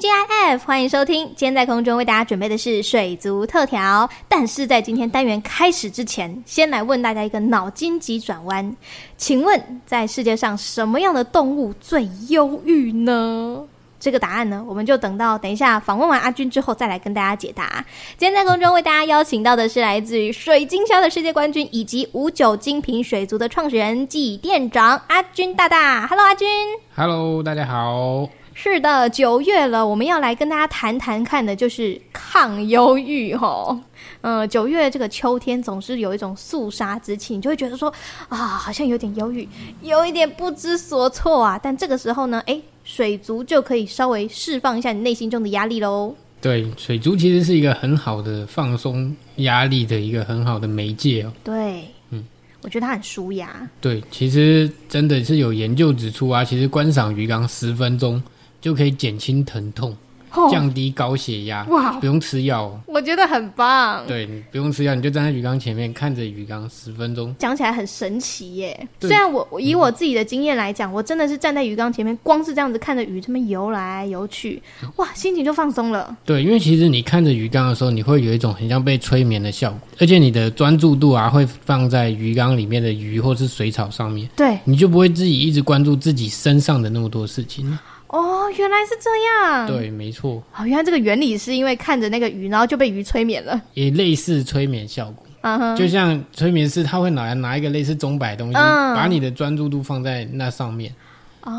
TGIF，欢迎收听。今天在空中为大家准备的是水族特调，但是在今天单元开始之前，先来问大家一个脑筋急转弯：请问，在世界上什么样的动物最忧郁呢？这个答案呢，我们就等到等一下访问完阿军之后再来跟大家解答。今天在空中为大家邀请到的是来自于水晶消的世界冠军以及无酒精瓶水族的创始人暨店长阿军大大。Hello，阿军。 Hello，大家好。是的，九月了，我们要来跟大家谈谈看的就是抗忧郁吼。嗯，九月这个秋天总是有一种肃杀之气，你就会觉得说啊，好像有点忧郁，有一点不知所措啊。但这个时候呢，诶，水族就可以稍微释放一下你内心中的压力喽。对，水族其实是一个很好的放松压力的一个很好的媒介哦。对，嗯，我觉得它很舒压。对，其实真的是有研究指出啊，其实观赏鱼缸十分钟就可以减轻疼痛，哦，降低高血压，哇不用吃药哦。 我觉得很棒，对，你不用吃药，你就站在鱼缸前面看着鱼缸十分钟。讲起来很神奇耶。对虽然我我以我自己的经验来讲，我真的是站在鱼缸前面，光是这样子看着鱼它们游来游去，哇，心情就放松了。对，因为其实你看着鱼缸的时候，你会有一种很像被催眠的效果，而且你的专注度啊会放在鱼缸里面的鱼或是水草上面，对，你就不会自己一直关注自己身上的那么多事情。哦，原来是这样。，对，没错，哦，原来这个原理是因为看着那个鱼，然后就被鱼催眠了。也类似催眠效果。嗯哼，就像催眠师，他会拿拿一个类似钟摆的东西，嗯哦把你的专注度放在那上面。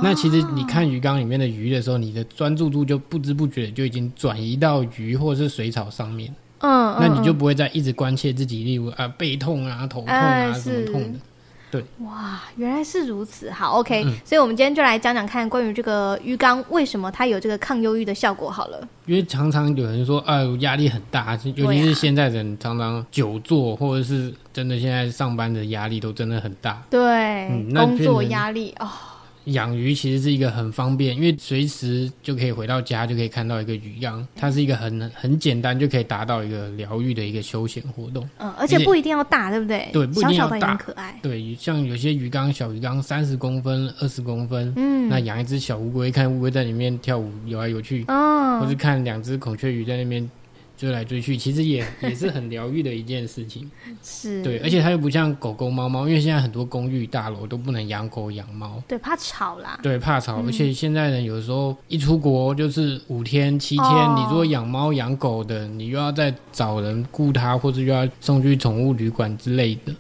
那其实你看鱼缸里面的鱼的时候，你的专注度就不知不觉就已经转移到鱼或是水草上面，嗯，那嗯你就不会再一直关切自己，例如啊背痛啊、头痛哎啊、什么是痛的。嗯哇，原来是如此。好，OK，、所以嗯我们今天就来讲讲看关于这个鱼缸为什么它有这个抗忧郁的效果好了。因为常常有人说啊，我压力很大，尤对其啊是现在人常常久坐，或者是真的现在上班的压力都真的很大。对，嗯那工作变成压力哦，养鱼其实是一个很方便，因为随时就可以回到家就可以看到一个鱼缸，它是一个很 很简单就可以达到一个疗愈的一个休闲活动。嗯，而且且不一定要大，对不对？对不一小定小要的也大很可爱。对，像有些鱼缸小鱼缸三十公分、二十公分，嗯那养一只小乌龟，看乌龟在里面跳舞游来游去，或嗯，是看两只孔雀鱼在那边追来追去，其实也 也是很疗愈的一件事情。是，对，而且它又不像狗狗、猫猫，因为现在很多公寓大楼都不能养狗养猫，对，怕吵啦。对，怕吵，而嗯且现在人有时候一出国就是五天七天，哦你如果养猫养狗的，你又要再找人雇它，或者又要送去宠物旅馆之类的。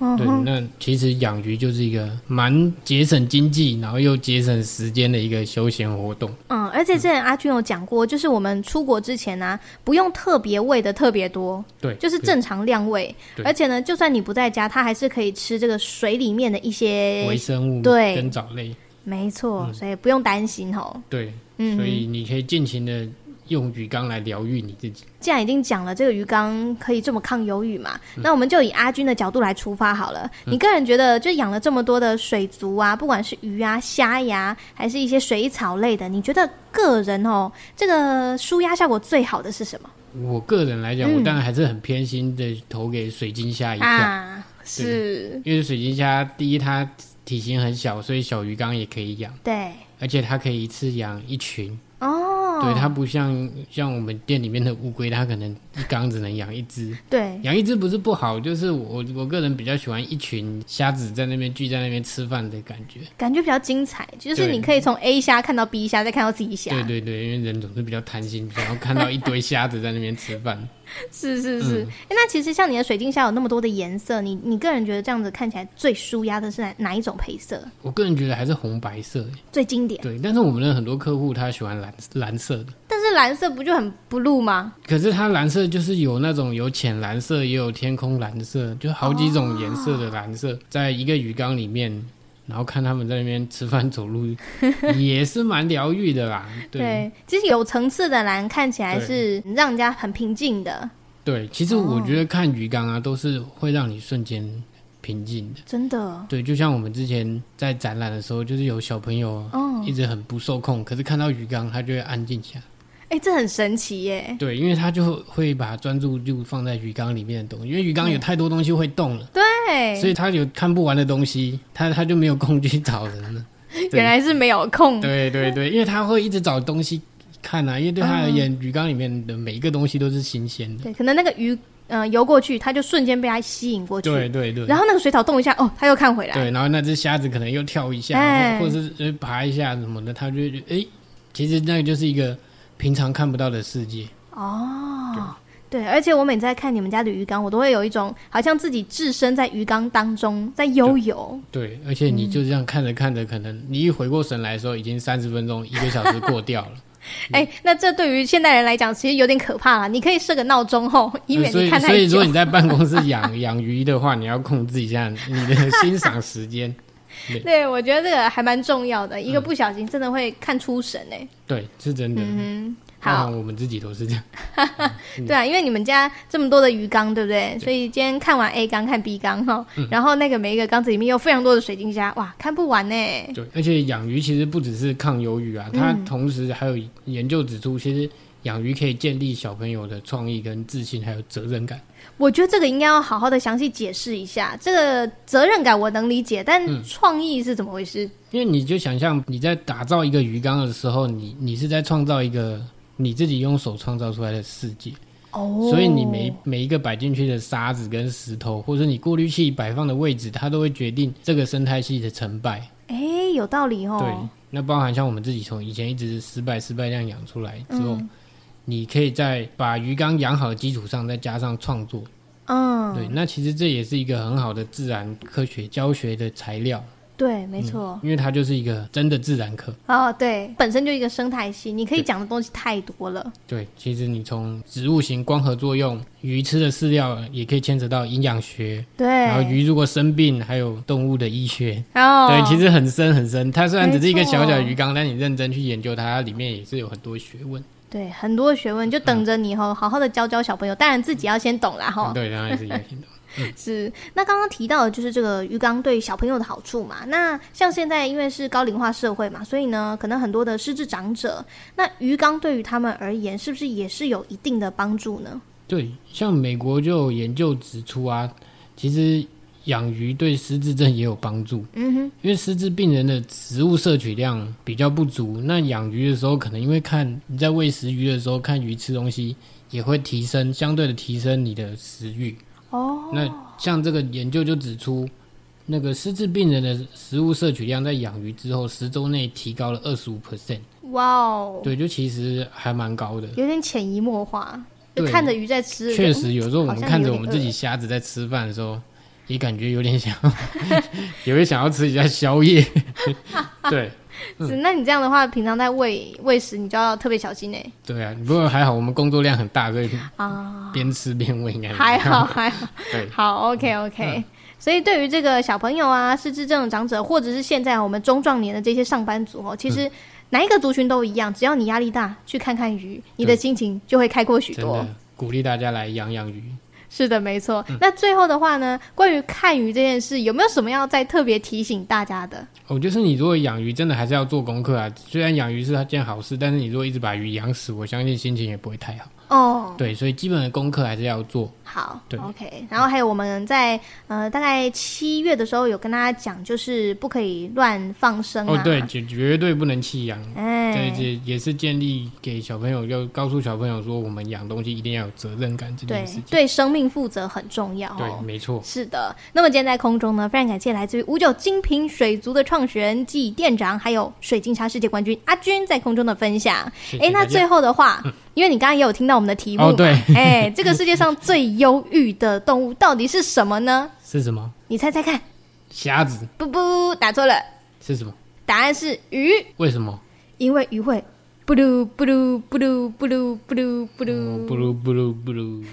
嗯对，哼，那其实养鱼就是一个蛮节省经济，然后又节省时间的一个休闲活动。嗯，而且之前阿军有讲过，就是我们出国之前呢、啊不用特别喂的特别多，对，就是正常量喂，对而且呢，就算你不在家，它还是可以吃这个水里面的一对微些，生物对跟藻类，没错，所以不用担心吼。对，嗯，所以你可以尽情的用鱼缸来疗愈你自己。既然已经讲了这个鱼缸可以这么抗忧郁嘛，那我们就以阿军的角度来出发好了。你个人觉得，就养了这么多的水族啊，不管是鱼啊、虾呀，还是一些水草类的，你觉得个人哦，这个舒压效果最好的是什么我个人来讲，嗯我当然还是很偏心的投给水晶虾一票。啊？是，因为水晶虾，第一它体型很小，所以小鱼缸也可以养，对，而且它可以一次养一群。哦，对，它不像像我们店里面的乌龟，它可能一缸只能养一只。对，养一只不是不好，就是我我个人比较喜欢一群虾子在那边聚在那边吃饭的感觉。感觉比较精彩，就是对你可以从 A 虾看到 B 虾，再看到 C 虾，对对对，因为人总是比较贪心，想要看到一堆虾子在那边 吃饭。 是是是、嗯诶那其实像你的水晶虾有那么多的颜色，你你个人觉得这样子看起来最舒压的是哪哪一种配色？我个人觉得还是红白色，最经典，对。但是我们的很多客户他喜欢蓝蓝色的。但是蓝色不就很 blue 吗？可是它蓝色就是有那种有浅蓝色，也有天空蓝色，就好几种颜色的蓝色，在一个鱼缸里面，然后看他们在那边吃饭走路， 也是蛮疗愈的啦。对其实有层次的蓝看起来对是让人家很平静的，对，其实我觉得看鱼缸啊，都是会让你瞬间平静的。真的。对，就像我们之前在展览的时候，就是有小朋友哦，一直很不受控，可是看到鱼缸，他就会安静下来。哎、这很神奇耶！对，因为他就会把专注度放在鱼缸里面的东西，因为鱼缸有太多东西会动了。对，所以他有看不完的东西，他他就没有空去找人了。对原来是没有空。对对对，因为他会一直找东西看啊，因为对他而嗯言，鱼缸里面的每一个东西都是新鲜的。对，可能那个鱼呃游过去，它就瞬间被它吸引过去，对对对。然后那个水草动一下，哦，它又看回来，对，然后那只虾子可能又跳一下，哎或或者是呃爬一下什么的，他就会觉得哎、其实那个就是一个平常看不到的世界。哦。对，而且我每次在看你们家的鱼缸，我都会有一种好像自己置身在鱼缸当中，在悠游。对，而且你嗯就这样看着看着，可能你一回过神来的时候，已经三十分钟、一个小时过掉了。哎、那这对于现代人来讲，其实有点可怕啦。你可以设个闹钟吼，以免呃所你以看所太以久说。你在办公室养 养鱼的话，你要控制一下你的欣赏时间。 对，我觉得这个还蛮重要的，一个不小心真的会看出神哎、对，是真的。嗯包好含我们自己都是这样。 嗯对啊，因为你们家这么多的鱼缸，对不对？所以今天看完 A 缸，看 B 缸哈，嗯然后那个每一个缸子里面有非常多的水晶虾，哇，看不完呢。哎对，而且养鱼其实不只是抗忧郁啊，嗯它同时还有研究指出，其实养鱼可以建立小朋友的创意、跟自信，还有责任感。我觉得这个应该要好好的详细解释一下，这个责任感我能理解，但嗯创意是怎么回事？因为你就想象你在打造一个鱼缸的时候，你你是在创造一个你自己用手创造出来的世界，哦所以你每每一个摆进去的沙子跟石头，或者你过滤器摆放的位置，它都会决定这个生态系的成败。哎有道理哦。对，那包含像我们自己从以前一直失败失败这样养出来之后，嗯你可以在把鱼缸养好的基础上，再加上创作。嗯，对，那其实这也是一个很好的自然科学教学的材料，对，没错。因为它就是一个真的自然课。哦，对，本身就一个生态系，你可以讲的东西太多了。对，其实你从植物型光合作用，鱼吃的饲料也可以牵扯到营养学，对，然后鱼如果生病，还有动物的医学。哦，对，其实很深很深。它虽然只是一个小小的没错鱼缸，但你认真去研究它，它里面也是有很多学问。对很多学问就等着你吼，好好的教教小朋友。当然自己要先懂啦吼。嗯对，当然是有点懂。是，那刚刚提到的就是这个鱼缸对小朋友的好处嘛。那像现在因为是高龄化社会嘛，所以呢，可能很多的失智长者，那鱼缸对于他们而言，是不是也是有一定的帮助呢？ 对，像美国就有研究指出啊，其实养鱼对失智症也有帮助，嗯哼，因为失智病人的食物摄取量比较不足，那养鱼的时候可能因为看你在喂食鱼的时候看鱼吃东西，也会提升相对的提升你的食欲。哦，那像这个研究就指出，那个失智病人的食物摄取量在养鱼之后十周内提高了二十五 percent，哇哦，对，就其实还蛮高的。有点潜移默化，就对看着鱼在吃，确实，有时候我好们像看着有我点们自己虾子在吃饭的时候，也感觉有点想， 也会想要吃一下宵夜。 对是，那你这样的话，平常在喂喂食，你就要特别小心哎。对啊，不过还好我们工作量很大，所以啊，边吃边喂应该没还有 好，还好，对好，OK 嗯 OK。所以对于这个小朋友啊、失智症长者，或者是现在我们中壮年的这些上班族哦，其嗯实哪一个族群都一样，只要你压力大，去看看鱼，你的心情就会开阔许真多的。嗯鼓励大家来养养鱼。是的，没错。那最后的话呢，关于看鱼这件事，有没有什么要再特别提醒大家的？哦，就是你如果养鱼，真的还是要做功课啊。虽然养鱼是件好事，但是你如果一直把鱼养死，我相信心情也不会太好。哦，对，所以基本的功课还是要做。好对，OK。然后还有我们在呃大概七月的时候有跟大家讲，就是不可以乱放生哦啊。，对，，绝绝对不能弃养。哎对，，这也是建立给小朋友，要告诉小朋友说，我们养东西一定要有责任感这件对事情。对，生命负责很重要、对，哦。没错。是的，那么今天在空中呢，非常感谢来自于五九精品水族的创始人暨店长，还有水晶沙世界冠军阿军在空中的分享。谢谢哎，那大家最后的话，因为你刚刚也有听到我们的题目嘛，哦对哎，这个世界上最忧郁的动物到底是什么呢？是什么？你猜猜看，虾子不不，打错了，是什么？答案是鱼。为什么？因为鱼会布鲁布鲁布鲁布鲁布鲁布嗯鲁不。如不如不如。